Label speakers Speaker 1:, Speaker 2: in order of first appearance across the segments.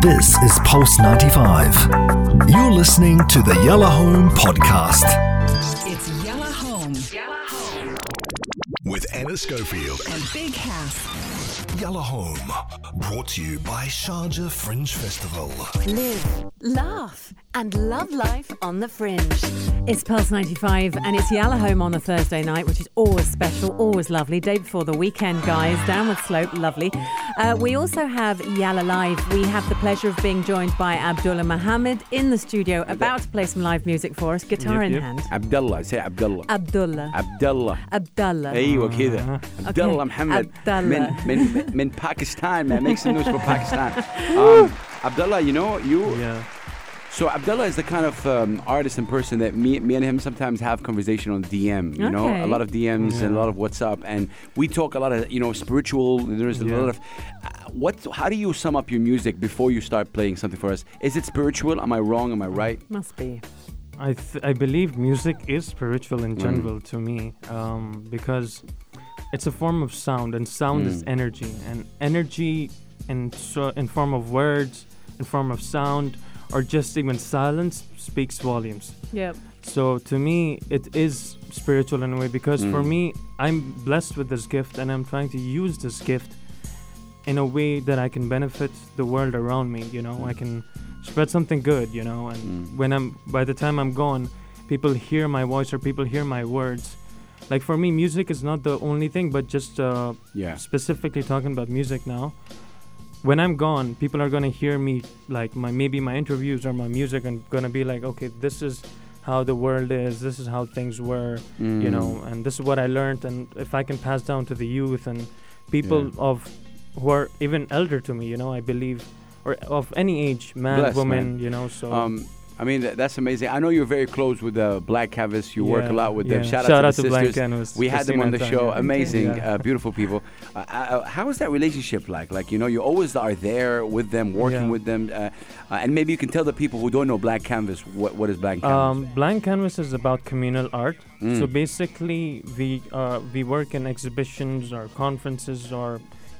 Speaker 1: This is Pulse 95. You're listening to the Yellow Home Podcast.
Speaker 2: It's Yellow Home
Speaker 1: With Anna Schofield.
Speaker 2: and Big House.
Speaker 1: Yellow Home. Brought to you by Sharjah Fringe Festival.
Speaker 3: Live, laugh, and love life on the fringe. It's Pulse 95, and it's Yalla Home on a Thursday night, which is always special, always lovely. Day before the weekend, guys. Downward slope, lovely. Uh, we also have Yalla Live. We have the pleasure of being joined by Abdullah Mohammed in the studio, about to play some live music for us, guitar in hand.
Speaker 4: عبد الله سي عبد الله
Speaker 3: Abdullah.
Speaker 4: عبد الله
Speaker 3: Abdullah.
Speaker 4: ايوه كذا عبد الله محمد
Speaker 3: عبد الله.
Speaker 4: من من من باكستان man makes some news for Pakistan um, عبد الله you know you
Speaker 5: Yeah.
Speaker 4: so Abdullah is the kind of um, artist and person that me, me and him sometimes have conversation on DM. You know,
Speaker 3: Okay.
Speaker 4: a lot of DMs and a lot of WhatsApp, and we talk a lot of you know spiritual. There's a
Speaker 5: Yeah.
Speaker 4: lot of uh, what? How do you sum up your music before you start playing something for us? Is it spiritual? Am I wrong? Am I right?
Speaker 3: Must be.
Speaker 5: I th- I believe music is spiritual in general to me um, because it's a form of sound and sound is energy and energy in so in form of words in form of sound or just even silence speaks volumes.
Speaker 3: Yep.
Speaker 5: So to me it is spiritual in a way because for me I'm blessed with this gift and I'm trying to use this gift in a way that I can benefit the world around me. You know, I can spread something good. You know, and when I'm by the time I'm gone, people hear my voice or people hear my words. Like for me, music is not the only thing, but just uh,
Speaker 4: Yeah.
Speaker 5: specifically talking about music now. When I'm gone, people are gonna hear me like my maybe my interviews or my music and gonna be like, okay, this is how the world is, this is how things were, you
Speaker 4: Mm.
Speaker 5: know, and this is what I learned and if I can pass down to the youth and people
Speaker 4: Yeah.
Speaker 5: of who are even elder to me, you know, I believe or of any age, man,
Speaker 4: Blessed,
Speaker 5: woman,
Speaker 4: man.
Speaker 5: you know, so
Speaker 4: Um, I mean, th- that's amazing. I know you're very close with uh, Black Canvas. You work a
Speaker 5: Yeah,
Speaker 4: lot with them.
Speaker 5: yeah.
Speaker 4: Shout,
Speaker 5: Shout
Speaker 4: out
Speaker 5: out
Speaker 4: to,
Speaker 5: to
Speaker 4: the
Speaker 5: Black
Speaker 4: sisters.
Speaker 5: Canvas,
Speaker 4: We had them
Speaker 5: Christina
Speaker 4: on the
Speaker 5: and
Speaker 4: show.
Speaker 5: Tanya.
Speaker 4: Amazing,
Speaker 5: Yeah.
Speaker 4: uh, beautiful people. Uh, uh, uh, how is that relationship like? Like, you know, you always are there with them, working
Speaker 5: Yeah.
Speaker 4: with them. Uh, uh, and maybe you can tell the people who don't know Black Canvas what, what is Black Canvas. Mm.
Speaker 5: Um, blank canvas is about communal art. So basically, we uh, we work in exhibitions or conferences or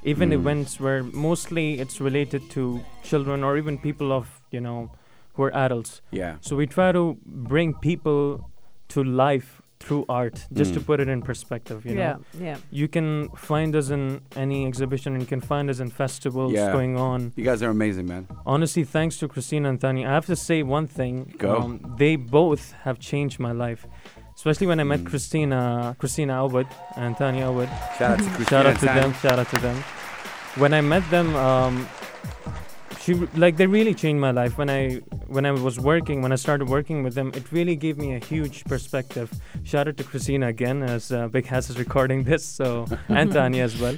Speaker 5: even
Speaker 4: Mm.
Speaker 5: events where mostly it's related to children or even people of you know who are adults.
Speaker 4: yeah.
Speaker 5: So we try to bring people to life through art, just
Speaker 4: Mm.
Speaker 5: to put it in perspective. You
Speaker 3: yeah.
Speaker 5: know,
Speaker 3: Yeah.
Speaker 5: you can find us in any exhibition, and you can find us in festivals
Speaker 4: Yeah.
Speaker 5: going on
Speaker 4: You guys are amazing, man.
Speaker 5: honestly, thanks to Christina and Tanya, I have to say one thing. Um,
Speaker 4: Go.
Speaker 5: they both have changed my life, especially when I met Christina, Christina Albert and Tanya Albert.
Speaker 4: Shout out to Christina.
Speaker 5: Shout out
Speaker 4: and
Speaker 5: to
Speaker 4: Tanya.
Speaker 5: them. Shout out to them. When I met them, um, she like they really changed my life. When I when I was working, when I started working with them, it really gave me a huge perspective. Shout out to Christina again, as uh, Big Hass is recording this, so and Tanya as well.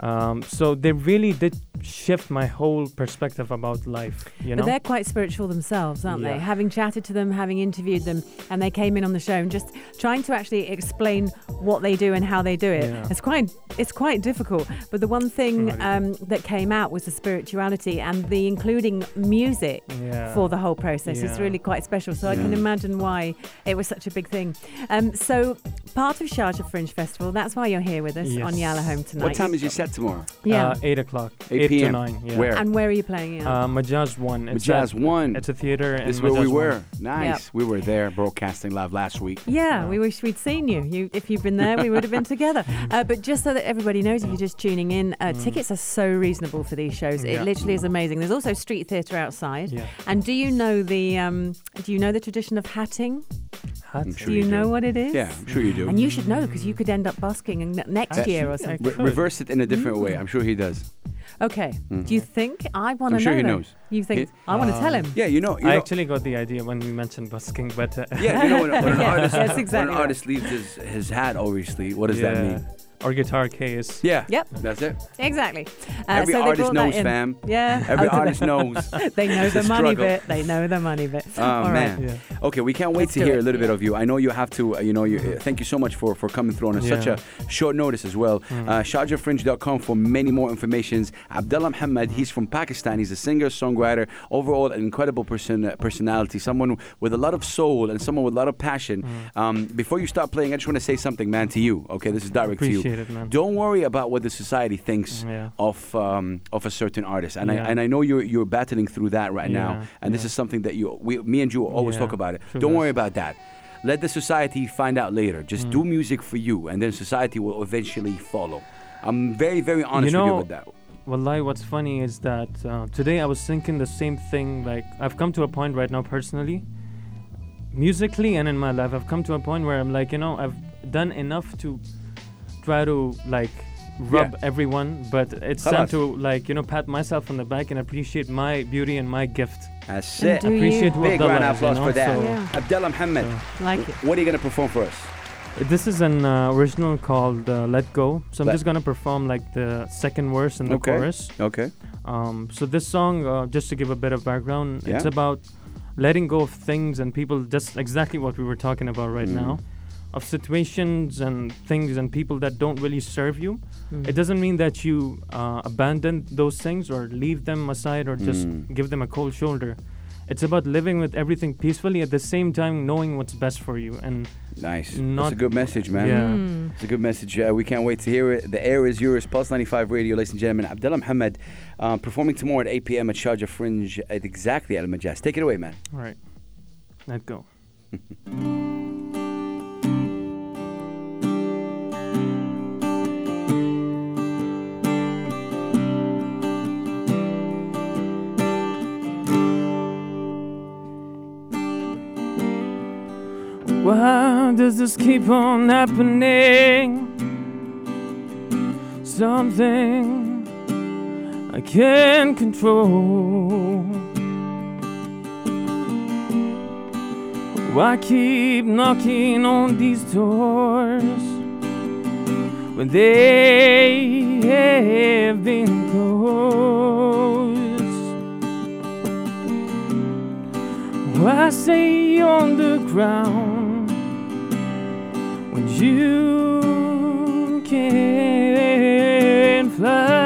Speaker 5: Um, so they really did shift my whole perspective about life. You know.
Speaker 3: But they're quite spiritual themselves, aren't they?
Speaker 5: Yeah.
Speaker 3: Having chatted to them, having interviewed them, and they came in on the show and just trying to actually explain what they do and how they do it.
Speaker 5: Yeah.
Speaker 3: It's quite it's quite difficult. But the one thing
Speaker 5: Right.
Speaker 3: um, that came out was the spirituality and the including music
Speaker 5: Yeah.
Speaker 3: for the whole process. It's
Speaker 5: Yeah.
Speaker 3: really quite special. So I can imagine why it was such a big thing. Um, so part of Sharjah Fringe Festival. That's why you're here with us
Speaker 5: Yes.
Speaker 3: on Yalla Home tonight.
Speaker 4: What time is your set tomorrow?
Speaker 3: Yeah.
Speaker 5: Uh, eight o'clock.
Speaker 4: 8
Speaker 5: Eight, to
Speaker 4: p.m..
Speaker 5: nine. Yeah.
Speaker 4: Where?
Speaker 3: and where are you playing it?
Speaker 5: Uh, Majaz one. It's at-
Speaker 4: Jazz One.
Speaker 5: It's a theater. in
Speaker 4: This is where we
Speaker 5: Majaz One.
Speaker 4: were. Nice. We were there broadcasting live last week.
Speaker 3: Yeah, we wish we'd seen you. you if you'd been there, we would have been together. Uh, but just so that everybody knows, if you're just tuning in, uh,
Speaker 4: Mm.
Speaker 3: tickets are so reasonable for these shows. It
Speaker 5: Yeah.
Speaker 3: literally is amazing. There's also street theatre outside.
Speaker 5: Yeah.
Speaker 3: And do you know the um, do you know the tradition of hatting?
Speaker 5: Hot
Speaker 4: I'm sure
Speaker 3: Do you,
Speaker 4: you do.
Speaker 3: know what it is?
Speaker 4: Yeah, I'm sure you do.
Speaker 3: And you should know because you could end up busking in- next
Speaker 4: Uh,
Speaker 3: year or
Speaker 5: yeah.
Speaker 3: something.
Speaker 4: Re- reverse it in a different
Speaker 3: Mm.
Speaker 4: way. I'm sure he does.
Speaker 3: Okay. Do you think I want to
Speaker 4: Mm-hmm. I'm sure
Speaker 3: know?
Speaker 4: he
Speaker 3: then.
Speaker 4: knows.
Speaker 3: You think
Speaker 4: He- Uh,
Speaker 3: I want to tell him?
Speaker 4: Yeah, you know. You
Speaker 5: I
Speaker 4: know
Speaker 5: actually got the idea when you mentioned busking, but uh,
Speaker 4: Yeah, you know when, when an
Speaker 3: Yeah,
Speaker 4: artist
Speaker 3: that's
Speaker 4: when
Speaker 3: exactly
Speaker 4: an
Speaker 3: right.
Speaker 4: artist leaves his, his hat, obviously, what does that mean?
Speaker 5: Or guitar case.
Speaker 4: Yeah.
Speaker 3: Yep.
Speaker 4: That's it.
Speaker 3: Exactly. Uh,
Speaker 4: Every
Speaker 3: so they
Speaker 4: artist
Speaker 3: brought that
Speaker 4: knows,
Speaker 3: in.
Speaker 4: fam.
Speaker 3: Yeah.
Speaker 4: Every
Speaker 3: Oh, do
Speaker 4: artist knows.
Speaker 3: they- They know
Speaker 4: It's
Speaker 3: the
Speaker 4: a
Speaker 3: money
Speaker 4: struggle.
Speaker 3: bit. They know the money bit.
Speaker 4: Oh
Speaker 3: All right.
Speaker 4: man.
Speaker 5: Yeah.
Speaker 4: Okay, we can't wait
Speaker 3: Let's
Speaker 4: to
Speaker 3: do
Speaker 4: hear
Speaker 3: it.
Speaker 4: a little bit of you. I know you have to. uh, You know, you uh, thank you so much for for coming through on a- such
Speaker 5: Yeah. Mm.
Speaker 4: a short notice as well. Uh, SharjahFringe.com for many more informations. Abdullah Muhammad, he's from Pakistan. He's a singer, songwriter, overall an incredible person uh, personality, someone with a lot of
Speaker 5: Mm.
Speaker 4: soul and someone with a lot of passion. Um, before you start playing, I just want to say something, man, to you. Okay, this is direct to you.
Speaker 5: Appreciate appreciate it, man.
Speaker 4: Don't worry about what the society thinks
Speaker 5: Yeah.
Speaker 4: of um, of a certain artist. And
Speaker 5: Yeah.
Speaker 4: I and I know you're you're battling through that right now.
Speaker 5: Yeah,
Speaker 4: And this
Speaker 5: yeah.
Speaker 4: is something that you we me and you always
Speaker 5: Yeah,
Speaker 4: talk about it. Don't
Speaker 5: true that. Hmm.
Speaker 4: worry about that. Let the society find out later. Just do music for you, and then society will eventually follow. I'm very very honest with you
Speaker 5: know,
Speaker 4: with that.
Speaker 5: Wallahi, what's funny is that uh, today I was thinking the same thing. Like, I've come to a point right now, personally, musically and in my life, I've come to a point where I'm like, you know, I've done enough to try to, like, rub everyone, but it's time
Speaker 4: Khalas.
Speaker 5: to, like, you know, pat myself on the back and appreciate my beauty and my gift.
Speaker 4: That's
Speaker 3: And
Speaker 4: it.
Speaker 3: do you-
Speaker 5: Appreciate what
Speaker 4: Big round
Speaker 5: Allah
Speaker 4: of
Speaker 5: is, you
Speaker 4: applause
Speaker 5: know,
Speaker 4: for that.
Speaker 5: so-
Speaker 3: Yeah.
Speaker 4: Abdullah Muhammad,
Speaker 3: Like it.
Speaker 4: what are you gonna perform for us?
Speaker 5: This is an uh, original called uh, Let Go. So I'm
Speaker 4: Let-
Speaker 5: just gonna perform like the second verse and the
Speaker 4: Okay.
Speaker 5: chorus.
Speaker 4: Okay.
Speaker 5: Um, so this song, uh, just to give a bit of background, it's
Speaker 4: Yeah.
Speaker 5: about letting go of things and people. Just exactly what we were talking about right
Speaker 4: Mm-hmm.
Speaker 5: now, of situations and things and people that don't really serve you.
Speaker 3: Mm.
Speaker 5: It doesn't mean that you uh, abandon those things or leave them aside or just
Speaker 4: Mm.
Speaker 5: give them a cold shoulder. It's about living with everything peacefully at the same time knowing what's best for you and
Speaker 4: Nice. That's
Speaker 5: Not-
Speaker 4: a good message, man.
Speaker 5: yeah.
Speaker 3: Mm,
Speaker 4: It's a good message. Uh, we can't wait to hear it. The air is yours. Pulse 95 Radio, ladies and gentlemen. Abdullah Muhammad uh, performing tomorrow at 8 p.m. at Sharjah Fringe at exactly Al Majaz. Take it away, man.
Speaker 5: All right. Let go. Why does this keep on happening? Something I can't control. Why keep knocking on these doors when they have been closed? Why stay on the ground when you can fly?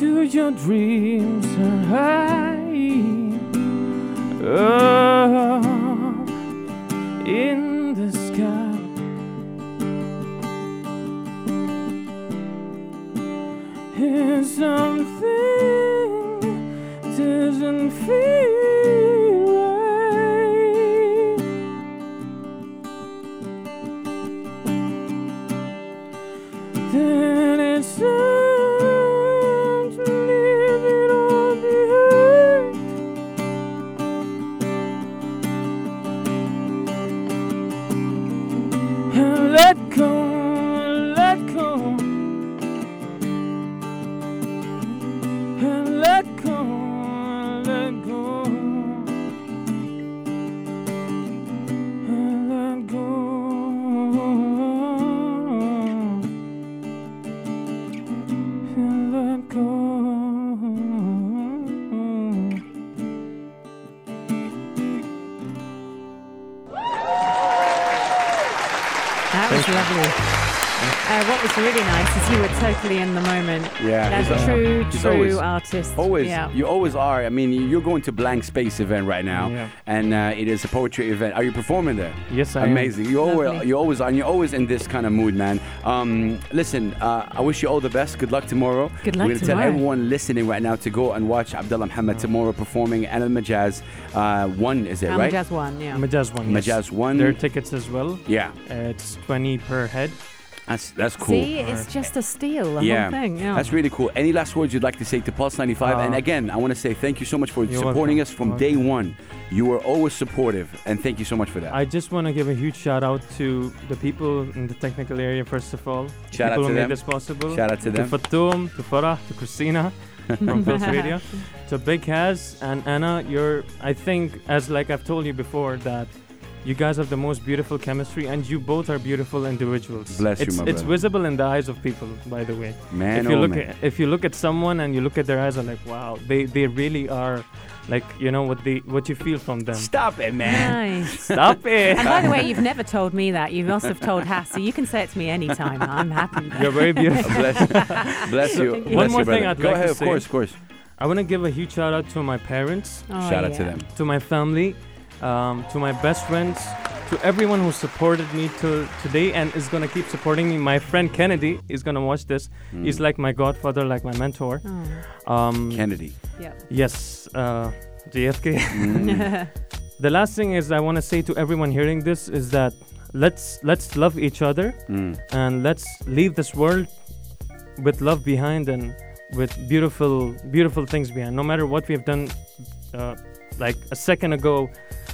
Speaker 5: to your dreams are high up in the sky. And something doesn't feel right. Then it's time to leave it all behind. And let go, let go. And let go, let go. And let go and let go.
Speaker 3: That was lovely. Uh, what was really nice is you were totally in the moment.
Speaker 4: Yeah,
Speaker 3: That's
Speaker 4: he's a-
Speaker 3: true,
Speaker 4: he's
Speaker 3: true
Speaker 4: always-
Speaker 3: artist.
Speaker 4: Always,
Speaker 3: Yeah.
Speaker 4: you always are. I mean, you're going to Blank Space event right now,
Speaker 5: Yeah.
Speaker 4: and uh, it is a poetry event. Are you performing there?
Speaker 5: Yes, I am.
Speaker 4: Amazing. You always,
Speaker 3: Lovely.
Speaker 4: you always are, and you're always in this kind of mood, man. Um, listen, uh, I wish you all the best. Good luck tomorrow.
Speaker 3: Good luck
Speaker 4: We're gonna
Speaker 3: tomorrow.
Speaker 4: tell everyone listening right now to go and watch Abdullah Muhammad tomorrow performing at Al Majaz. Uh, one is it
Speaker 3: Um,
Speaker 4: right?
Speaker 3: Just one, yeah.
Speaker 5: Majaz one. yes.
Speaker 4: Majaz one.
Speaker 5: There are tickets as well.
Speaker 4: Yeah,
Speaker 5: Uh, it's 20 per head.
Speaker 4: that's that's cool.
Speaker 3: See, it's just a steal, the
Speaker 4: yeah,
Speaker 3: whole thing. Yeah.
Speaker 4: that's really cool. Any last words you'd like to say to Pulse 95? and
Speaker 5: Uh,
Speaker 4: again, I want to say thank you so much for
Speaker 5: You're
Speaker 4: supporting
Speaker 5: welcome.
Speaker 4: us from
Speaker 5: Welcome.
Speaker 4: day one. You were always supportive, and thank you so much for that.
Speaker 5: I just want to give a huge shout out to the people in the technical area, first of all. the
Speaker 4: Shout out
Speaker 5: people
Speaker 4: to
Speaker 5: who
Speaker 4: them.
Speaker 5: made this possible.
Speaker 4: Shout out to them.
Speaker 5: Fatoum, to Farah, to Christina from Pulse Radio, to Big Haz and Anna. You're, I think, as like I've told you before, that you guys have the most beautiful chemistry, and you both are beautiful individuals.
Speaker 4: Bless you,
Speaker 5: it's,
Speaker 4: my
Speaker 5: It's
Speaker 4: brother.
Speaker 5: visible in the eyes of people, by the way.
Speaker 4: Man,
Speaker 5: if you
Speaker 4: oh
Speaker 5: look
Speaker 4: man.
Speaker 5: at if you look at someone and you look at their eyes, I'm like, wow, they they really are, like you know what they what you feel from them.
Speaker 4: Stop it, man.
Speaker 3: nice.
Speaker 5: Stop it.
Speaker 3: And by the way, you've never told me that. You must have told Hassie. You can say it to me anytime. I'm happy.
Speaker 5: You're very beautiful.
Speaker 4: bless, bless you.
Speaker 3: One
Speaker 4: Bless
Speaker 5: more
Speaker 4: you, brother.
Speaker 5: thing I'd
Speaker 4: Go
Speaker 5: like to
Speaker 4: ahead, of
Speaker 5: say.
Speaker 4: course, of course.
Speaker 5: I want to give a huge shout out to my parents,
Speaker 3: Oh,
Speaker 4: Shout out to
Speaker 3: yeah.
Speaker 4: them.
Speaker 5: to my family, um, to my best friends, to everyone who supported me to today and is gonna keep supporting me. My friend Kennedy is gonna watch this.
Speaker 4: Hmm. Mm.
Speaker 5: He's like my godfather, like my mentor. Um,
Speaker 4: Kennedy.
Speaker 3: Oh, Yeah.
Speaker 5: yes, uh, JFK.
Speaker 4: Mm.
Speaker 5: the last thing is I want to say to everyone hearing this is that let's let's love each other
Speaker 4: Mm.
Speaker 5: and let's leave this world with love behind and with beautiful beautiful things behind no matter what we have done uh, like a second ago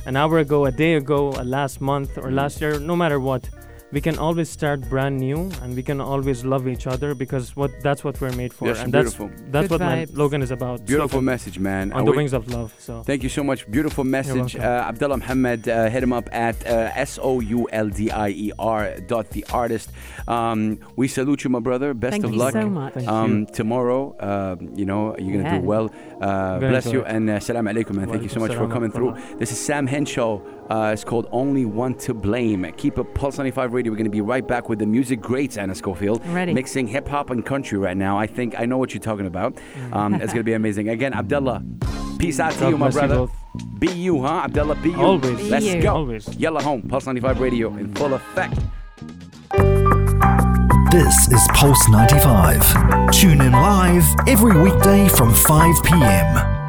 Speaker 5: an hour ago a day ago a last month
Speaker 4: Mm.
Speaker 5: or last year no matter what we can always start brand new and we can always love each other because what that's what we're made for
Speaker 4: Yes,
Speaker 5: and that's
Speaker 4: beautiful.
Speaker 5: that's
Speaker 3: Good
Speaker 5: what my
Speaker 3: vibes.
Speaker 5: slogan is about
Speaker 4: Beautiful
Speaker 5: Slogan,
Speaker 4: message, man.
Speaker 5: on
Speaker 4: Uh,
Speaker 5: the
Speaker 4: we-
Speaker 5: wings of love so
Speaker 4: Thank you so much. Beautiful message. Uh,
Speaker 5: welcome.
Speaker 4: Abdullah Muhammad, uh, hit him up at uh, S O U L D I E R dot the artist. Um, we salute you, my brother. Best
Speaker 3: Thank
Speaker 4: of
Speaker 3: you
Speaker 4: luck.
Speaker 3: so much.
Speaker 5: Thank
Speaker 4: Um, tomorrow, uh, you know, you're going to
Speaker 3: Yeah.
Speaker 4: do well. Uh,
Speaker 5: Very
Speaker 4: bless you
Speaker 5: good.
Speaker 4: and uh, salam alaikum, man. Thank you so much for
Speaker 5: Waalaikumsalam
Speaker 4: coming through. This is Sam Henshaw. Uh, it's called Only One to Blame. Keep a Pulse 95 radio. We're going to be right back with the music greats, Anna Schofield.
Speaker 3: Ready.
Speaker 4: Mixing hip hop and country right now. I think I know what you're talking about. Um, it's going to be amazing. Again, Abdullah, peace out to
Speaker 5: Mm. God
Speaker 4: you, my
Speaker 5: bless you
Speaker 4: brother.
Speaker 5: both.
Speaker 4: Be you, huh? Abdullah, be you.
Speaker 5: Always. Be
Speaker 4: Let's
Speaker 3: you.
Speaker 4: go.
Speaker 5: Always.
Speaker 4: Yellow Home, Pulse 95 Radio in full effect.
Speaker 1: This is Pulse 95. Tune in live every weekday from 5 p.m.